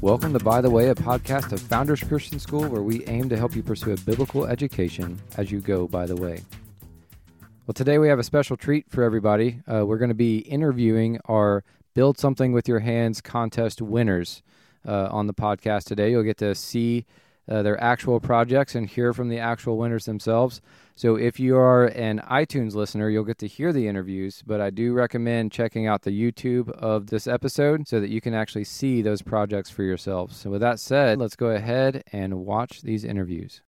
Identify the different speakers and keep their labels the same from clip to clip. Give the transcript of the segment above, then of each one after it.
Speaker 1: Welcome to By the Way, a podcast of Founders Christian School where we aim to help you pursue a biblical education as you go by the way. Well, today we have a special treat for everybody. Uh, we're going to be interviewing our Build Something with Your Hands contest winners uh, on the podcast today. You'll get to see uh, their actual projects and hear from the actual winners themselves. So if you are an iTunes listener, you'll get to hear the interviews, but I do recommend checking out the YouTube of this episode so that you can actually see those projects for yourselves. So with that said, let's go ahead and watch these interviews.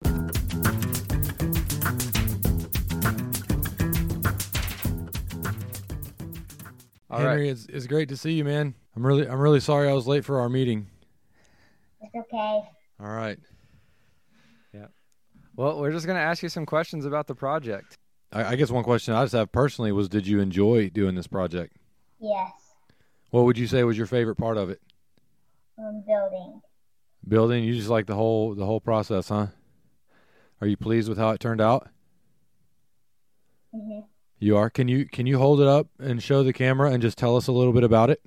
Speaker 1: All right.
Speaker 2: Henry, it's, it's great to see you, man. I'm really I'm really sorry I was late for our meeting.
Speaker 3: It's okay.
Speaker 2: All right,
Speaker 1: Well, we're just going to ask you some questions about the project.
Speaker 2: I, I guess one question I just have personally was, did you enjoy doing this project?
Speaker 3: Yes,
Speaker 2: What would you say was your favorite part of it?
Speaker 3: I'm building.
Speaker 2: Building. You just like the whole the whole process, huh? Are you pleased with how it turned out?
Speaker 3: hmm
Speaker 2: You are. Can you can you hold it up and show the camera and just tell us a little bit about it?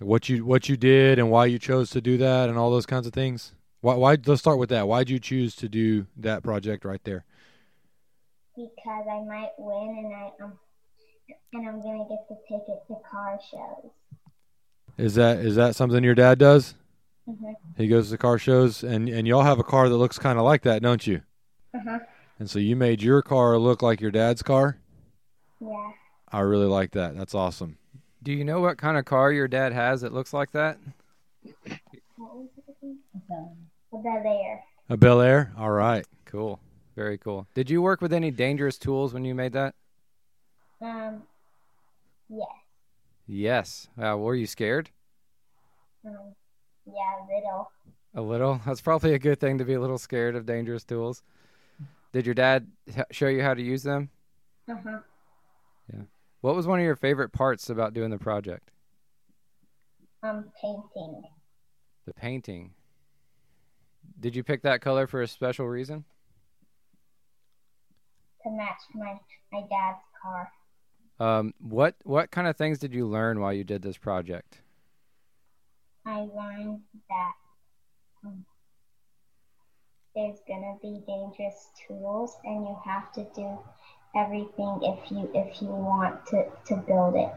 Speaker 2: What you what you did and why you chose to do that and all those kinds of things. Why why let's start with that. Why'd you choose to do that project right there?
Speaker 3: Because I might win, and I um, and I'm gonna get the ticket to car shows.
Speaker 2: Is that is that something your dad does?
Speaker 3: Mhm.
Speaker 2: He goes to car shows, and and y'all have a car that looks kind of like that, don't you?
Speaker 3: Uh huh.
Speaker 2: And so you made your car look like your dad's car.
Speaker 3: Yeah.
Speaker 2: I really like that. That's awesome.
Speaker 1: Do you know what kind of car your dad has that looks like that?
Speaker 3: What was it again? The there.
Speaker 2: A Bel Air. All right.
Speaker 1: Cool. Very cool. Did you work with any dangerous tools when you made that?
Speaker 3: Um. Yes.
Speaker 1: Yes. Uh, were you scared?
Speaker 3: Um. Yeah. Little.
Speaker 1: A little. That's probably a good thing to be a little scared of dangerous tools. Did your dad h- show you how to use them?
Speaker 3: Uh huh.
Speaker 1: What was one of your favorite parts about doing the project?
Speaker 3: I'm Um, painting.
Speaker 1: The painting. Did you pick that color for a special reason?
Speaker 3: to match my my dad's car.
Speaker 1: Um, what what kind of things did you learn while you did this project?
Speaker 3: I learned that um, there's gonna be dangerous tools, and you have to do everything if you if you want to to build it.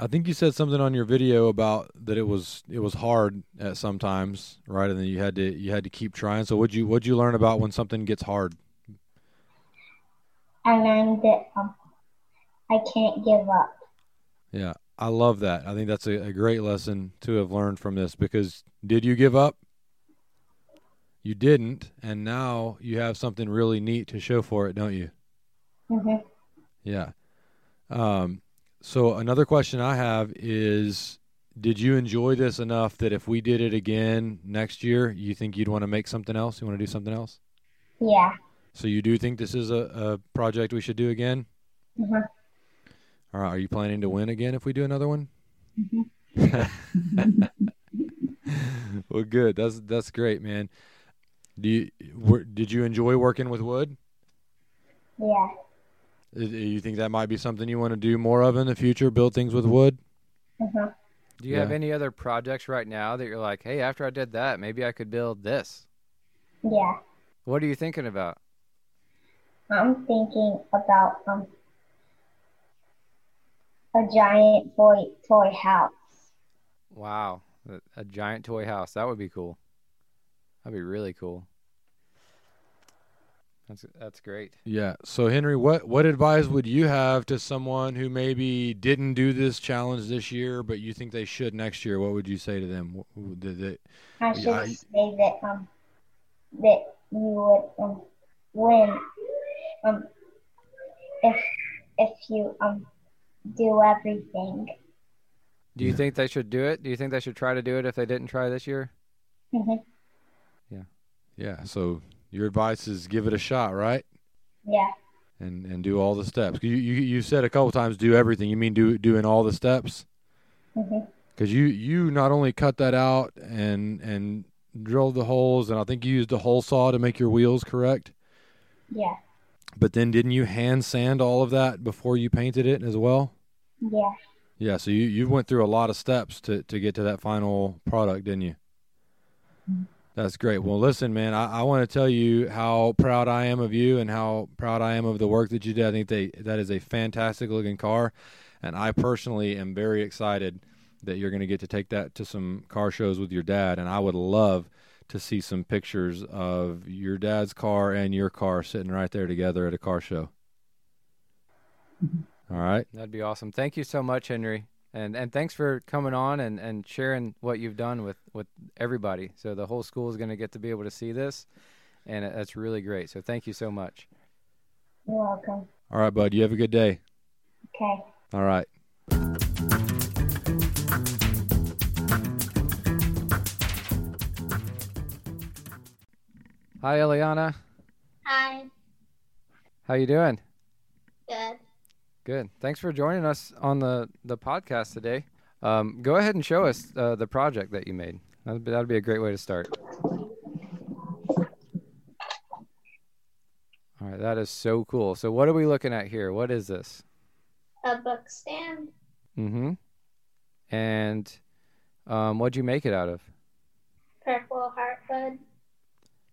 Speaker 2: I think you said something on your video about that it was it was hard at sometimes, right? And then you had to you had to keep trying. So what you what you learn about when something gets hard?
Speaker 3: I learned that um, I can't give up.
Speaker 2: Yeah, I love that. I think that's a, a great lesson to have learned from this because did you give up? You didn't, and now you have something really neat to show for it, don't you?
Speaker 3: Mhm.
Speaker 2: Yeah. Um, so another question I have is did you enjoy this enough that if we did it again next year, you think you'd want to make something else? You want to do something else?
Speaker 3: Yeah.
Speaker 2: So you do think this is a, a project we should do again?
Speaker 3: Mhm.
Speaker 2: All right, are you planning to win again if we do another one? Mm-hmm. well, good. That's that's great, man. Do you were, did you enjoy working with wood?
Speaker 3: Yeah.
Speaker 2: Uh, Do you think that might be something you want to do more of in the future? Build things with wood?
Speaker 3: Mhm.
Speaker 1: Do you have
Speaker 2: Yeah.
Speaker 1: any other projects right now that you're like, hey, after I did that, maybe I could build this?
Speaker 3: Yeah.
Speaker 1: What are you thinking about?
Speaker 3: I'm thinking about um a giant toy toy house.
Speaker 1: Wow, a, a giant toy house. That would be cool. That'd be really cool. That's that's great.
Speaker 2: Yeah. So Henry, what what advice would you have to someone who maybe didn't do this challenge this year, but you think they should next year? What would you say to them? Wh- wh- did they-
Speaker 3: I should
Speaker 2: Yeah, I-
Speaker 3: say that um that you would um win um if if you um do everything.
Speaker 1: Do you think they should do it? Do you think they should try to do it if they didn't try this year?
Speaker 3: Mhm.
Speaker 2: Yeah. So your advice is give it a shot, right?
Speaker 3: yeah,
Speaker 2: and and do all the steps. 'Cause You you you said a couple times do everything. You mean do doing all the steps?
Speaker 3: Mhm.
Speaker 2: Because you you not only cut that out and and drilled the holes, and I think you used a hole saw to make your wheels correct.
Speaker 3: yeah,
Speaker 2: But then didn't you hand sand all of that before you painted it as well?
Speaker 3: yeah.
Speaker 2: Yeah, so you you went through a lot of steps to to get to that final product, didn't you? That's great. Well, listen, man, I, I want to tell you how proud I am of you and how proud I am of the work that you did. I think they, that is a fantastic looking car, and I personally am very excited that you're going to get to take that to some car shows with your dad. And I would love to see some pictures of your dad's car and your car sitting right there together at a car show. All right.
Speaker 1: That'd be awesome. Thank you so much, Henry. And and thanks for coming on and, and sharing what you've done with, with everybody. So the whole school is going to get to be able to see this. And it- that's really great. So thank you so much.
Speaker 4: You're welcome.
Speaker 2: All right, bud. You have a good day.
Speaker 4: Okay.
Speaker 2: All right.
Speaker 1: Hi, Eliana.
Speaker 3: Hi.
Speaker 1: How you doing?
Speaker 3: Good.
Speaker 1: Good. Thanks for joining us on the, the podcast today. Um, go ahead and show us uh, the project that you made. That'd be, that'd be a great way to start. All right, that is so cool. So, what are we looking at here? What is this?
Speaker 3: A book stand,
Speaker 1: Mm-hmm. And um, what'd you make it out of?
Speaker 3: purple heartwood.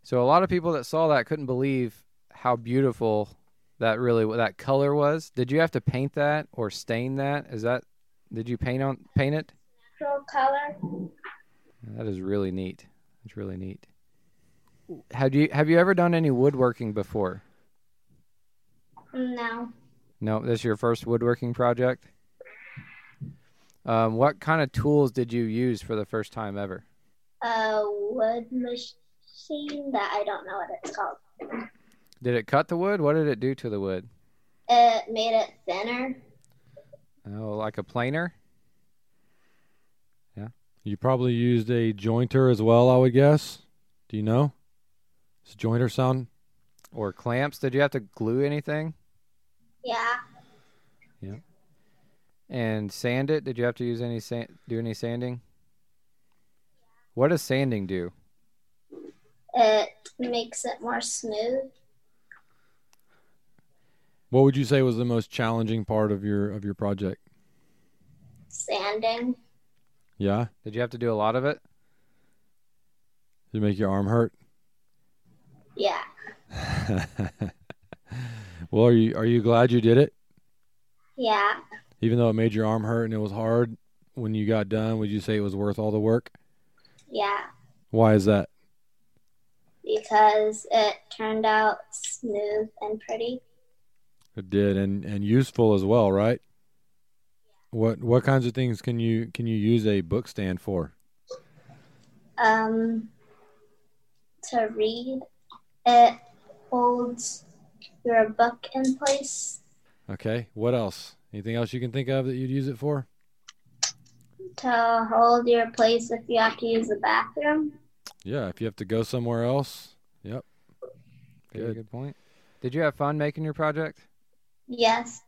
Speaker 1: So a lot of people that saw that couldn't believe how beautiful that really that color was. Did you have to paint that or stain that? Is that did you paint on paint it?
Speaker 3: Natural color.
Speaker 1: That is really neat. It's really neat. Have you have you ever done any woodworking before?
Speaker 3: No.
Speaker 1: No, this is your first woodworking project. Um, what kind of tools did you use for the first time ever?
Speaker 3: A wood machine that I don't know what it's called.
Speaker 1: Did it cut the wood? What did it do to the wood?
Speaker 3: It made it thinner.
Speaker 1: Oh, like a planer?
Speaker 2: You probably used a jointer as well, I would guess. Do you know? Does jointer sound?
Speaker 1: or clamps. Did you have to glue anything
Speaker 3: Yeah.
Speaker 1: and sand it? Did you have to use any sand, do any sanding? What does sanding do?
Speaker 3: It makes it more smooth.
Speaker 2: What would you say was the most challenging part of your of your project?
Speaker 3: Sanding.
Speaker 2: Yeah,
Speaker 1: Did you have to do a lot of it?
Speaker 2: did it make your arm hurt?
Speaker 3: Yeah.
Speaker 2: well, are you are you glad you did it?
Speaker 3: Yeah.
Speaker 2: Even though it made your arm hurt and it was hard when you got done, would you say it was worth all the work?
Speaker 3: Yeah.
Speaker 2: Why is that?
Speaker 3: Because it turned out smooth and pretty.
Speaker 2: It did, and and useful as well, right? What what kinds of things can you can you use a book stand for?
Speaker 3: um, to read. It holds your book in place
Speaker 2: Okay, what else? Anything else you can think of that you'd use it for?
Speaker 3: to hold your place if you have to use the bathroom.
Speaker 2: Yeah, if you have to go somewhere else. Yep.
Speaker 1: Very
Speaker 2: Good.
Speaker 1: good point. Did you have fun making your project?
Speaker 3: Yes,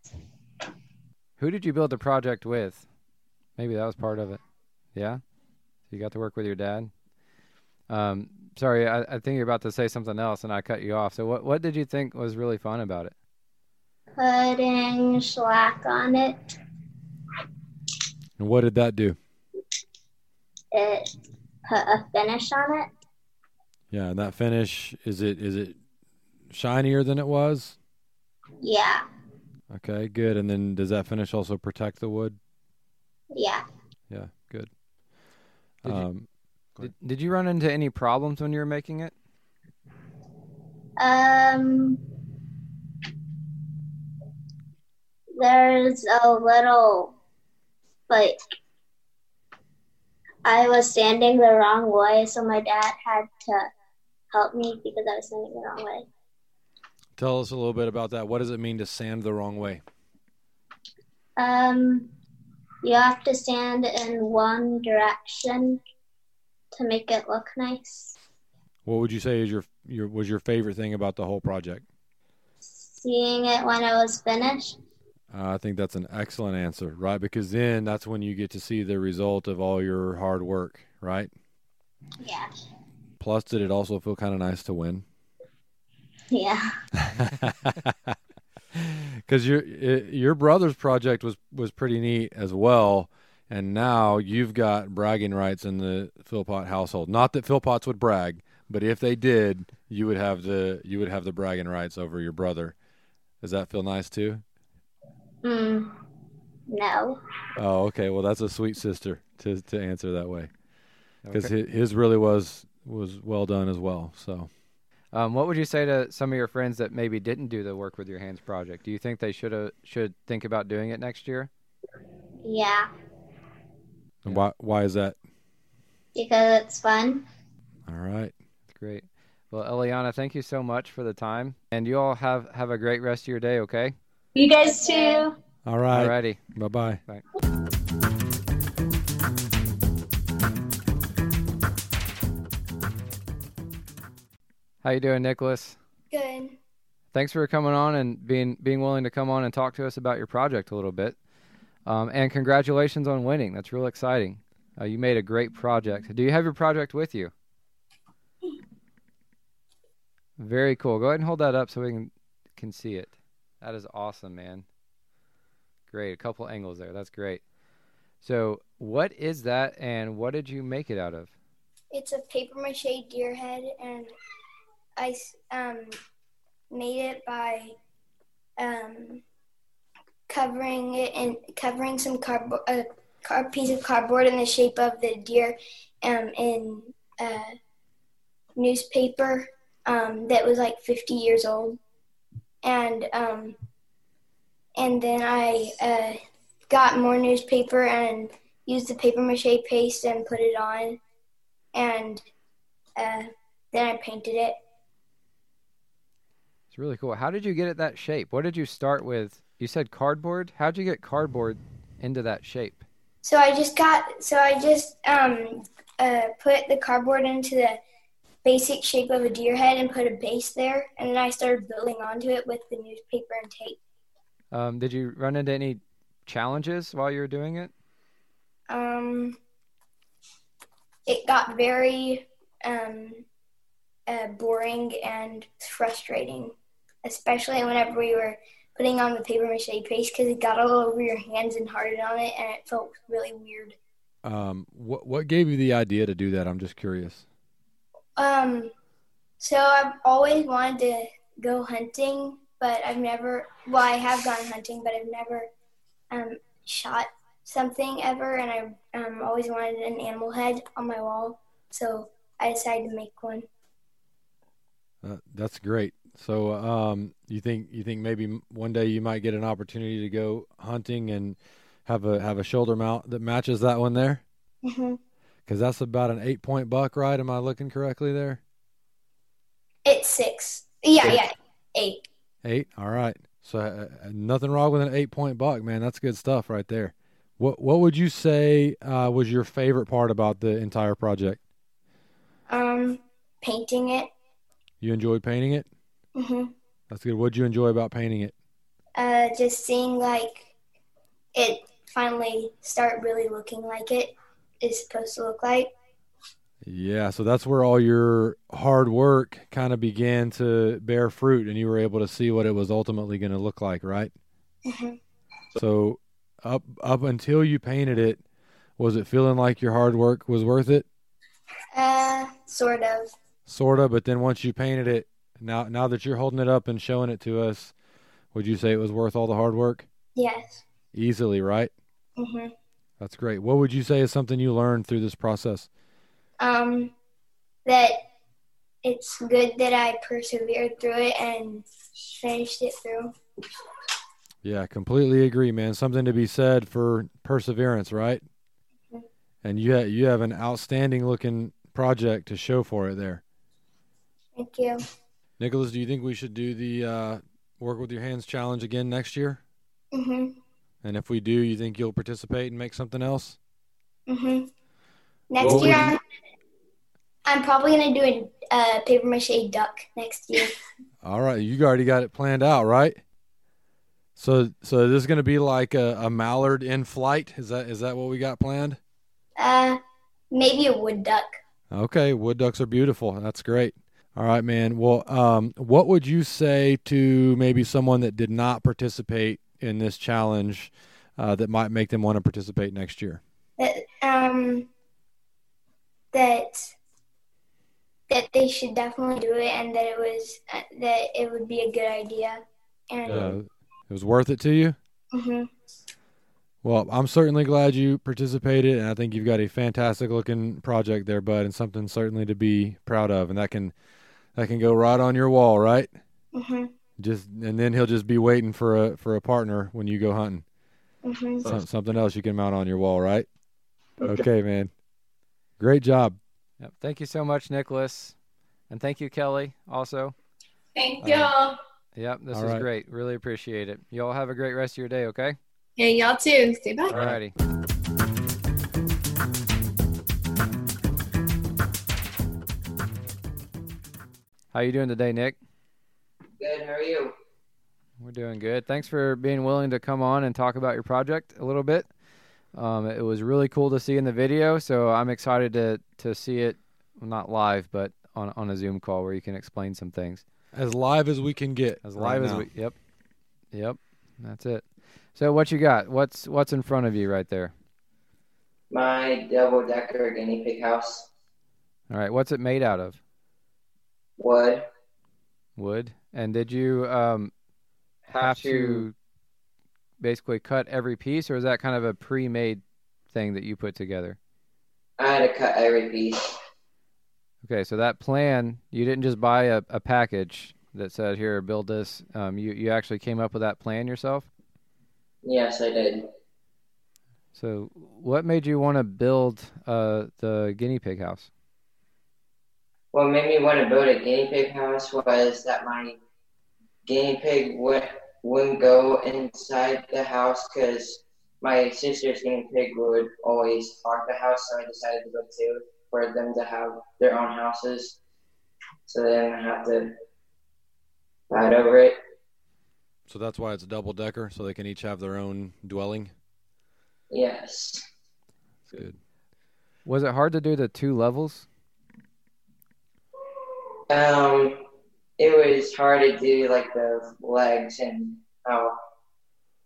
Speaker 1: Who did you build the project with? Maybe that was part of it. Yeah? you got to work with your dad? Um, sorry, I, I think you're about to say something else and I cut you off. So what, what did you think was really fun about it?
Speaker 3: putting shellac on it.
Speaker 2: And what did that do?
Speaker 3: It put a finish on it.
Speaker 2: Yeah, and that finish is it is it shinier than it was?
Speaker 3: Yeah,
Speaker 2: Okay, good. And then does that finish also protect the wood?
Speaker 3: yeah.
Speaker 2: Yeah, good.
Speaker 1: Did you-
Speaker 2: um, Go
Speaker 1: Did,
Speaker 2: ahead.
Speaker 1: did you run into any problems when you were making it?
Speaker 3: Um, there's a little like I was standing the wrong way, so my dad had to help me because I was standing the wrong way.
Speaker 2: tell us a little bit about that. What does it mean to sand the wrong way?
Speaker 3: Um, you have to stand in one direction to make it look nice.
Speaker 2: What would you say is your your was your favorite thing about the whole project?
Speaker 3: Seeing it when it was finished.
Speaker 2: Uh, I think that's an excellent answer, right? Because then that's when you get to see the result of all your hard work, right?
Speaker 3: Yeah,
Speaker 2: Plus, did it also feel kind of nice to win?
Speaker 3: yeah.
Speaker 2: because your i- your brother's project was was pretty neat as well, and now you've got bragging rights in the Philpott household. Not that Philpotts would brag, but if they did, you would have the you would have the bragging rights over your brother. Does that feel nice too?
Speaker 3: Mm, no.
Speaker 2: Oh, okay. Well, that's a sweet sister to to answer that way because
Speaker 1: Okay.
Speaker 2: his really was was well done as well. So
Speaker 1: Um, what would you say to some of your friends that maybe didn't do the work with your hands project? Do you think they should have should think about doing it next year?
Speaker 3: Yeah,
Speaker 2: and why why is that?
Speaker 3: because it's fun.
Speaker 2: All right.
Speaker 1: Great. Well, Eliana, thank you so much for the time, and you all have have a great rest of your day. Okay.
Speaker 5: You guys too.
Speaker 2: All right.
Speaker 1: All righty.
Speaker 2: Bye bye.
Speaker 1: How you doing, Nicholas?
Speaker 6: Good.
Speaker 1: thanks for coming on and being being willing to come on and talk to us about your project a little bit. Um, and congratulations on winning. That's real exciting. Uh, you made a great project. Do you have your project with you? Very cool. Go ahead and hold that up so we can can see it. That is awesome, man. Great. A couple angles there. That's great. So, what is that and what did you make it out of?
Speaker 6: It's a paper mache deer head, and I s- um, made it by um, covering it and covering some cardboard, a car- piece of cardboard in the shape of the deer, um, in uh, newspaper um, that was like 50 years old, and um, and then I uh, got more newspaper and used the paper mache paste and put it on and uh, then I painted it.
Speaker 1: It's really cool. How did you get it that shape? What did you start with? You said cardboard. How'd you get cardboard into that shape?
Speaker 6: So I just got, so I just um, uh, put the cardboard into the basic shape of a deer head and put a base there, and then I started building onto it with the newspaper and tape.
Speaker 1: Um, did you run into any challenges while you were doing it?
Speaker 6: Um, it got very um, uh, boring and frustrating, especially whenever we were putting on the paper mache paste because it got all over your hands and hardened on it, and it felt really weird.
Speaker 2: Um, what what gave you the idea to do that? I'm just curious.
Speaker 6: Um, so I've always wanted to go hunting, but I've never. Well, I have gone hunting, but I've never um, shot something ever, and I um, always wanted an animal head on my wall, so I decided to make one.
Speaker 2: Uh, that's great. So, um, you think you think maybe m- one day you might get an opportunity to go hunting and have a have a shoulder mount that matches that one there,
Speaker 6: Mm-hmm.
Speaker 2: because that's about an eight point buck, right? Am I looking correctly there?
Speaker 6: It's six. Yeah,
Speaker 2: Six.
Speaker 6: yeah, eight.
Speaker 2: Eight. All right. So uh, uh, nothing wrong with an eight point buck, man. That's good stuff right there. What what would you say uh, was your favorite part about the entire project?
Speaker 6: Um, painting it.
Speaker 2: You enjoyed painting it.
Speaker 6: hmm
Speaker 2: That's good. What'd you enjoy about painting it?
Speaker 6: Uh, just seeing like it finally start really looking like it is supposed to look like.
Speaker 2: Yeah, so that's where all your hard work kind of began to bear fruit, and you were able to see what it was ultimately going to look like, right?
Speaker 6: Mhm.
Speaker 2: So, up up until you painted it, was it feeling like your hard work was worth it?
Speaker 6: Uh, sort of.
Speaker 2: Sorta, but then once you painted it, now now that you're holding it up and showing it to us, would you say it was worth all the hard work?
Speaker 6: Yes.
Speaker 2: Easily, right?
Speaker 6: hmm
Speaker 2: That's great. What would you say is something you learned through this process?
Speaker 6: um, that it's good that I persevered through it and finished it through.
Speaker 2: Yeah, completely agree, man. Something to be said for perseverance, right?
Speaker 6: Mhm.
Speaker 2: And you ha- you have an outstanding looking project to show for it there.
Speaker 6: Thank you.
Speaker 2: Nicholas, do you think we should do the uh, work with your hands challenge again next year?
Speaker 6: Mhm.
Speaker 2: And if we do, you think you'll participate and make something else?
Speaker 6: Mhm. Next
Speaker 2: What
Speaker 6: year,
Speaker 2: would
Speaker 6: I'm, I'm probably gonna do a uh, paper mache duck next year.
Speaker 2: All right, you already got it planned out, right? So so this is going to be like a, a mallard in flight. Is that is that what we got planned?
Speaker 6: uh, maybe a wood duck.
Speaker 2: Okay, wood ducks are beautiful. That's great. All right, man. Well, um, what would you say to maybe someone that did not participate in this challenge uh, that might make them want to participate next year?
Speaker 6: that um that that they should definitely do it and that it was uh, that it would be a good idea and
Speaker 2: Uh, it was worth it to you?
Speaker 6: mhm.
Speaker 2: Well, I'm certainly glad you participated, and I think you've got a fantastic looking project there, bud, and something certainly to be proud of. And that can that can go right on your wall, right?
Speaker 6: Mhm.
Speaker 2: Just and then he'll just be waiting for a for a partner when you go hunting.
Speaker 6: Mhm.
Speaker 2: Some, something else you can mount on your wall, right?
Speaker 5: Okay.
Speaker 2: okay man. Great job.
Speaker 1: Yep. Thank you so much, Nicholas, and thank you, Kelly. Also,
Speaker 7: Thank
Speaker 1: Uh,
Speaker 7: y'all.
Speaker 1: yep, this
Speaker 2: All
Speaker 1: was
Speaker 2: right.
Speaker 1: great. Really appreciate it. You all have a great rest of your day. Okay.
Speaker 7: Yeah, y'all too. Stay back.
Speaker 1: Alrighty. How you doing today, Nick?
Speaker 8: Good. How are you?
Speaker 1: We're doing good. Thanks for being willing to come on and talk about your project a little bit. Um, it was really cool to see in the video, so I'm excited to to see it not live, but on on a Zoom call where you can explain some things
Speaker 2: As live as we can get.
Speaker 1: as
Speaker 2: right
Speaker 1: live as
Speaker 2: now.
Speaker 1: we. Yep, yep, that's it. So what you got? What's what's in front of you right there?
Speaker 8: My double decker guinea pig house.
Speaker 1: All right, what's it made out of?
Speaker 8: Would
Speaker 1: Wood. And did you um,
Speaker 8: have, to.
Speaker 1: basically cut every piece, or is that kind of a pre-made thing that you put together?
Speaker 8: I had to cut every piece.
Speaker 1: Okay, so that plan you didn't just buy a, a package that said here build this. Um, you you actually came up with that plan yourself.
Speaker 8: Yes, I did.
Speaker 1: So what made you want to build uh, the guinea pig house?
Speaker 8: What made me want to build a guinea pig house was that my guinea pig would, wouldn't go inside the house because my sister's guinea pig would always lock the house, so I decided to build two for them to have their own houses. So then I have to fight over it.
Speaker 2: So that's why it's a double decker, so they can each have their own dwelling.
Speaker 8: Yes.
Speaker 2: That's good.
Speaker 1: Was it hard to do the two levels?
Speaker 8: Um, it was hard to do like the legs and how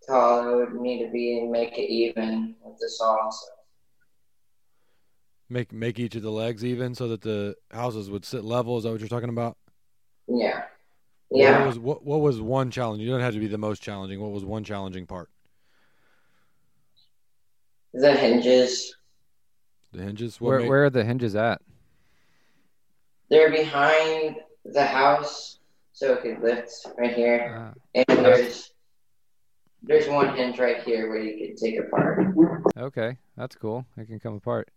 Speaker 8: tall it would need to be and make it even with the saw. So,
Speaker 2: Make make each of the legs even so that the houses would sit level. Is that what you're talking about?
Speaker 8: yeah,
Speaker 2: What
Speaker 8: yeah.
Speaker 2: was what, what was one challenge? You don't have to be the most challenging. What was one challenging part?
Speaker 8: The hinges.
Speaker 2: The hinges. What
Speaker 1: Where
Speaker 2: made-
Speaker 1: where are the hinges at?
Speaker 8: They're behind the house, so it could lift right here.
Speaker 1: Ah,
Speaker 8: And there's there's one hinge right here where you could take apart.
Speaker 1: okay, that's cool. It can come apart.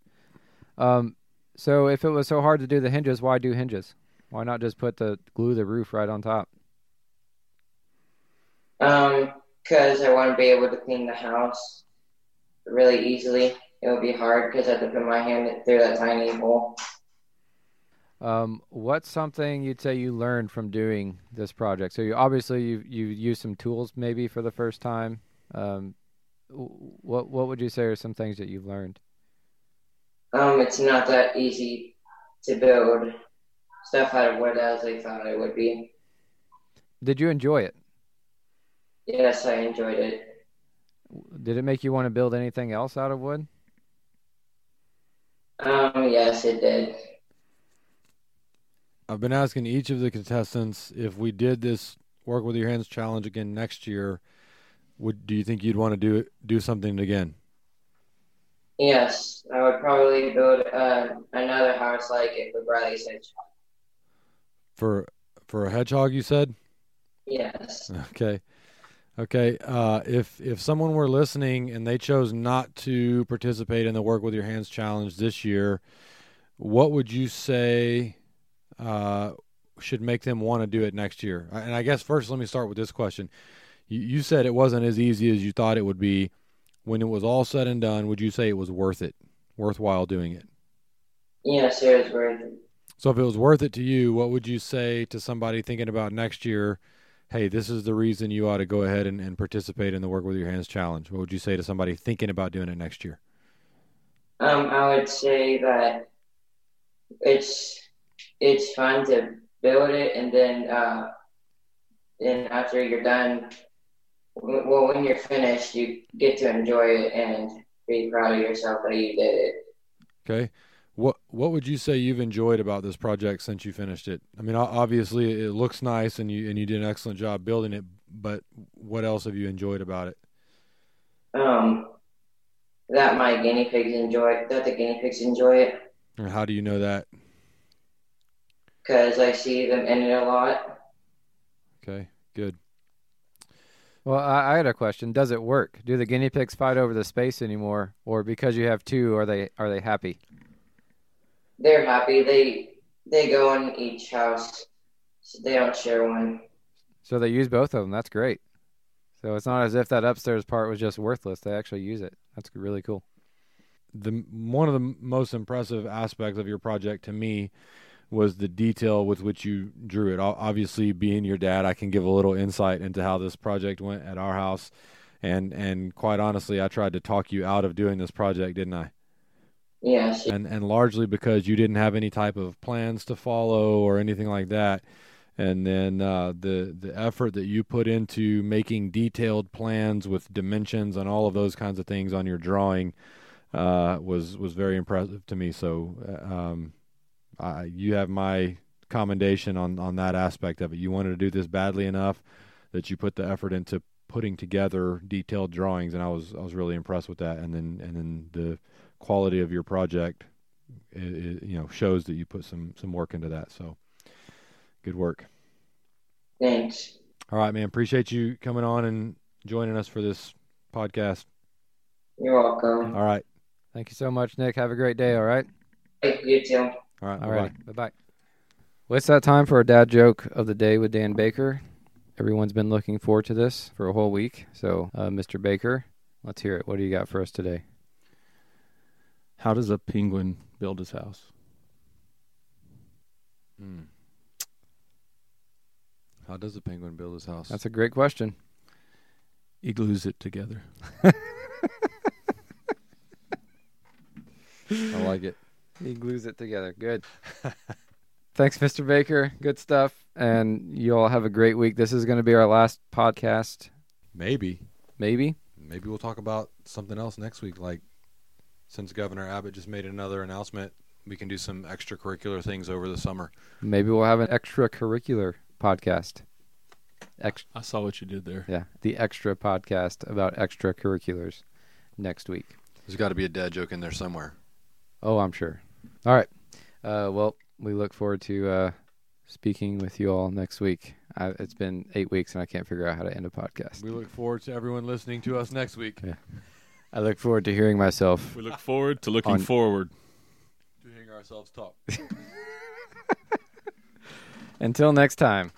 Speaker 1: Um, so if it was so hard to do the hinges, why do hinges? Why not just put the glue the roof right on top?
Speaker 8: Um, cause I want to be able to clean the house really easily. It would be hard because I have to put my hand through that tiny hole.
Speaker 1: Um, what's something you'd say you learned from doing this project? So you obviously you you used some tools maybe for the first time. Um, w- what what would you say are some things that you've learned?
Speaker 8: Um, it's not that easy to build stuff out of wood as I thought it would be.
Speaker 1: Did you enjoy it?
Speaker 8: Yes, I enjoyed it.
Speaker 1: W- Did it make you want to build anything else out of wood?
Speaker 8: Um, yes, it did.
Speaker 2: I've been asking each of the contestants if we did this work with your hands challenge again next year, would do you think you'd want to do it, do something again?
Speaker 8: Yes, I would probably build uh, another house like it with Riley's hedge.
Speaker 2: For for a hedgehog you said?
Speaker 8: Yes.
Speaker 2: Okay. Okay. Uh, if if someone were listening and they chose not to participate in the Work with Your Hands challenge this year, what would you say uh, should make them want to do it next year? And I guess first, let me start with this question. You, you said it wasn't as easy as you thought it would be. When it was all said and done, would you say it was worth it, worthwhile doing it?
Speaker 8: Yes, it was worth it.
Speaker 2: So if it was worth it to you, what would you say to somebody thinking about next year? Hey, this is the reason you ought to go ahead and, and participate in the Work with Your Hands Challenge. What would you say to somebody thinking about doing it next year?
Speaker 8: Um, I would say that it's it's fun to build it, and then uh, then after you're done, w- well, when you're finished, you get to enjoy it and be proud of yourself that you did it.
Speaker 2: Okay. What what would you say you've enjoyed about this project since you finished it? I mean, o- obviously it looks nice and you and you did an excellent job building it, but what else have you enjoyed about it?
Speaker 8: Um, that my guinea pigs enjoy that the guinea pigs enjoy it
Speaker 2: And how do you know that?
Speaker 8: because I see them in it a lot.
Speaker 2: Okay. Good.
Speaker 1: Well, I, I had a question. Does it work? Do the guinea pigs fight over the space anymore, or because you have two, are they are they happy?
Speaker 8: They're happy. They they go in each house. So they don't share one.
Speaker 1: So they use both of them. That's great. So it's not as if that upstairs part was just worthless. They actually use it. That's really cool.
Speaker 2: the one of the most impressive aspects of your project to me was the detail with which you drew it. Ob- Obviously, being your dad, I can give a little insight into how this project went at our house, and and quite honestly, I tried to talk you out of doing this project, didn't I?
Speaker 8: Yes.
Speaker 2: and and largely because you didn't have any type of plans to follow or anything like that. And then uh, the the effort that you put into making detailed plans with dimensions and all of those kinds of things on your drawing uh, was was very impressive to me. So uh, um, I, you have my commendation on on that aspect of it. You wanted to do this badly enough that you put the effort into putting together detailed drawings, and I was I was really impressed with that. And then and then the quality of your project i i you know shows that you put some some work into that so good work
Speaker 8: Thanks.
Speaker 2: all right man appreciate you coming on and joining us for this podcast
Speaker 8: You're welcome.
Speaker 2: all right
Speaker 1: Thank you so much, Nick. Have a great day. All right.
Speaker 8: Thank you too.
Speaker 2: all right
Speaker 1: All
Speaker 2: bye-bye.
Speaker 1: right. Bye bye. Well, it's that time for our dad joke of the day with Dan Baker. Everyone's been looking forward to this for a whole week. So, uh, Mr. Baker, let's hear it. What do you got for us today?
Speaker 5: How does a penguin build his house?
Speaker 2: Mm. how does a penguin build his house
Speaker 1: That's a great question.
Speaker 5: He glues it together.
Speaker 2: i like it
Speaker 1: He glues it together. Good. Thanks, Mr. Baker. Good stuff. And you all have a great week. This is going to be our last podcast,
Speaker 2: maybe
Speaker 1: maybe.
Speaker 2: maybe we'll talk about something else next week like since governor abbott just made another announcement we can do some extracurricular things over the summer
Speaker 1: Maybe we'll have an extracurricular podcast. Ex-
Speaker 5: I saw what you did there.
Speaker 1: yeah, the extra podcast about extracurriculars next week.
Speaker 2: there's got to be a dad joke in there somewhere
Speaker 1: Oh, I'm sure. All right. Uh, well, we look forward to uh, speaking with you all next week. I, it's been eight weeks, and I can't figure out how to end a podcast.
Speaker 2: we look forward to everyone listening to us next week
Speaker 1: I look forward to hearing myself.
Speaker 5: We look forward to looking
Speaker 1: On-
Speaker 5: forward.
Speaker 2: to hearing ourselves talk
Speaker 1: Until next time.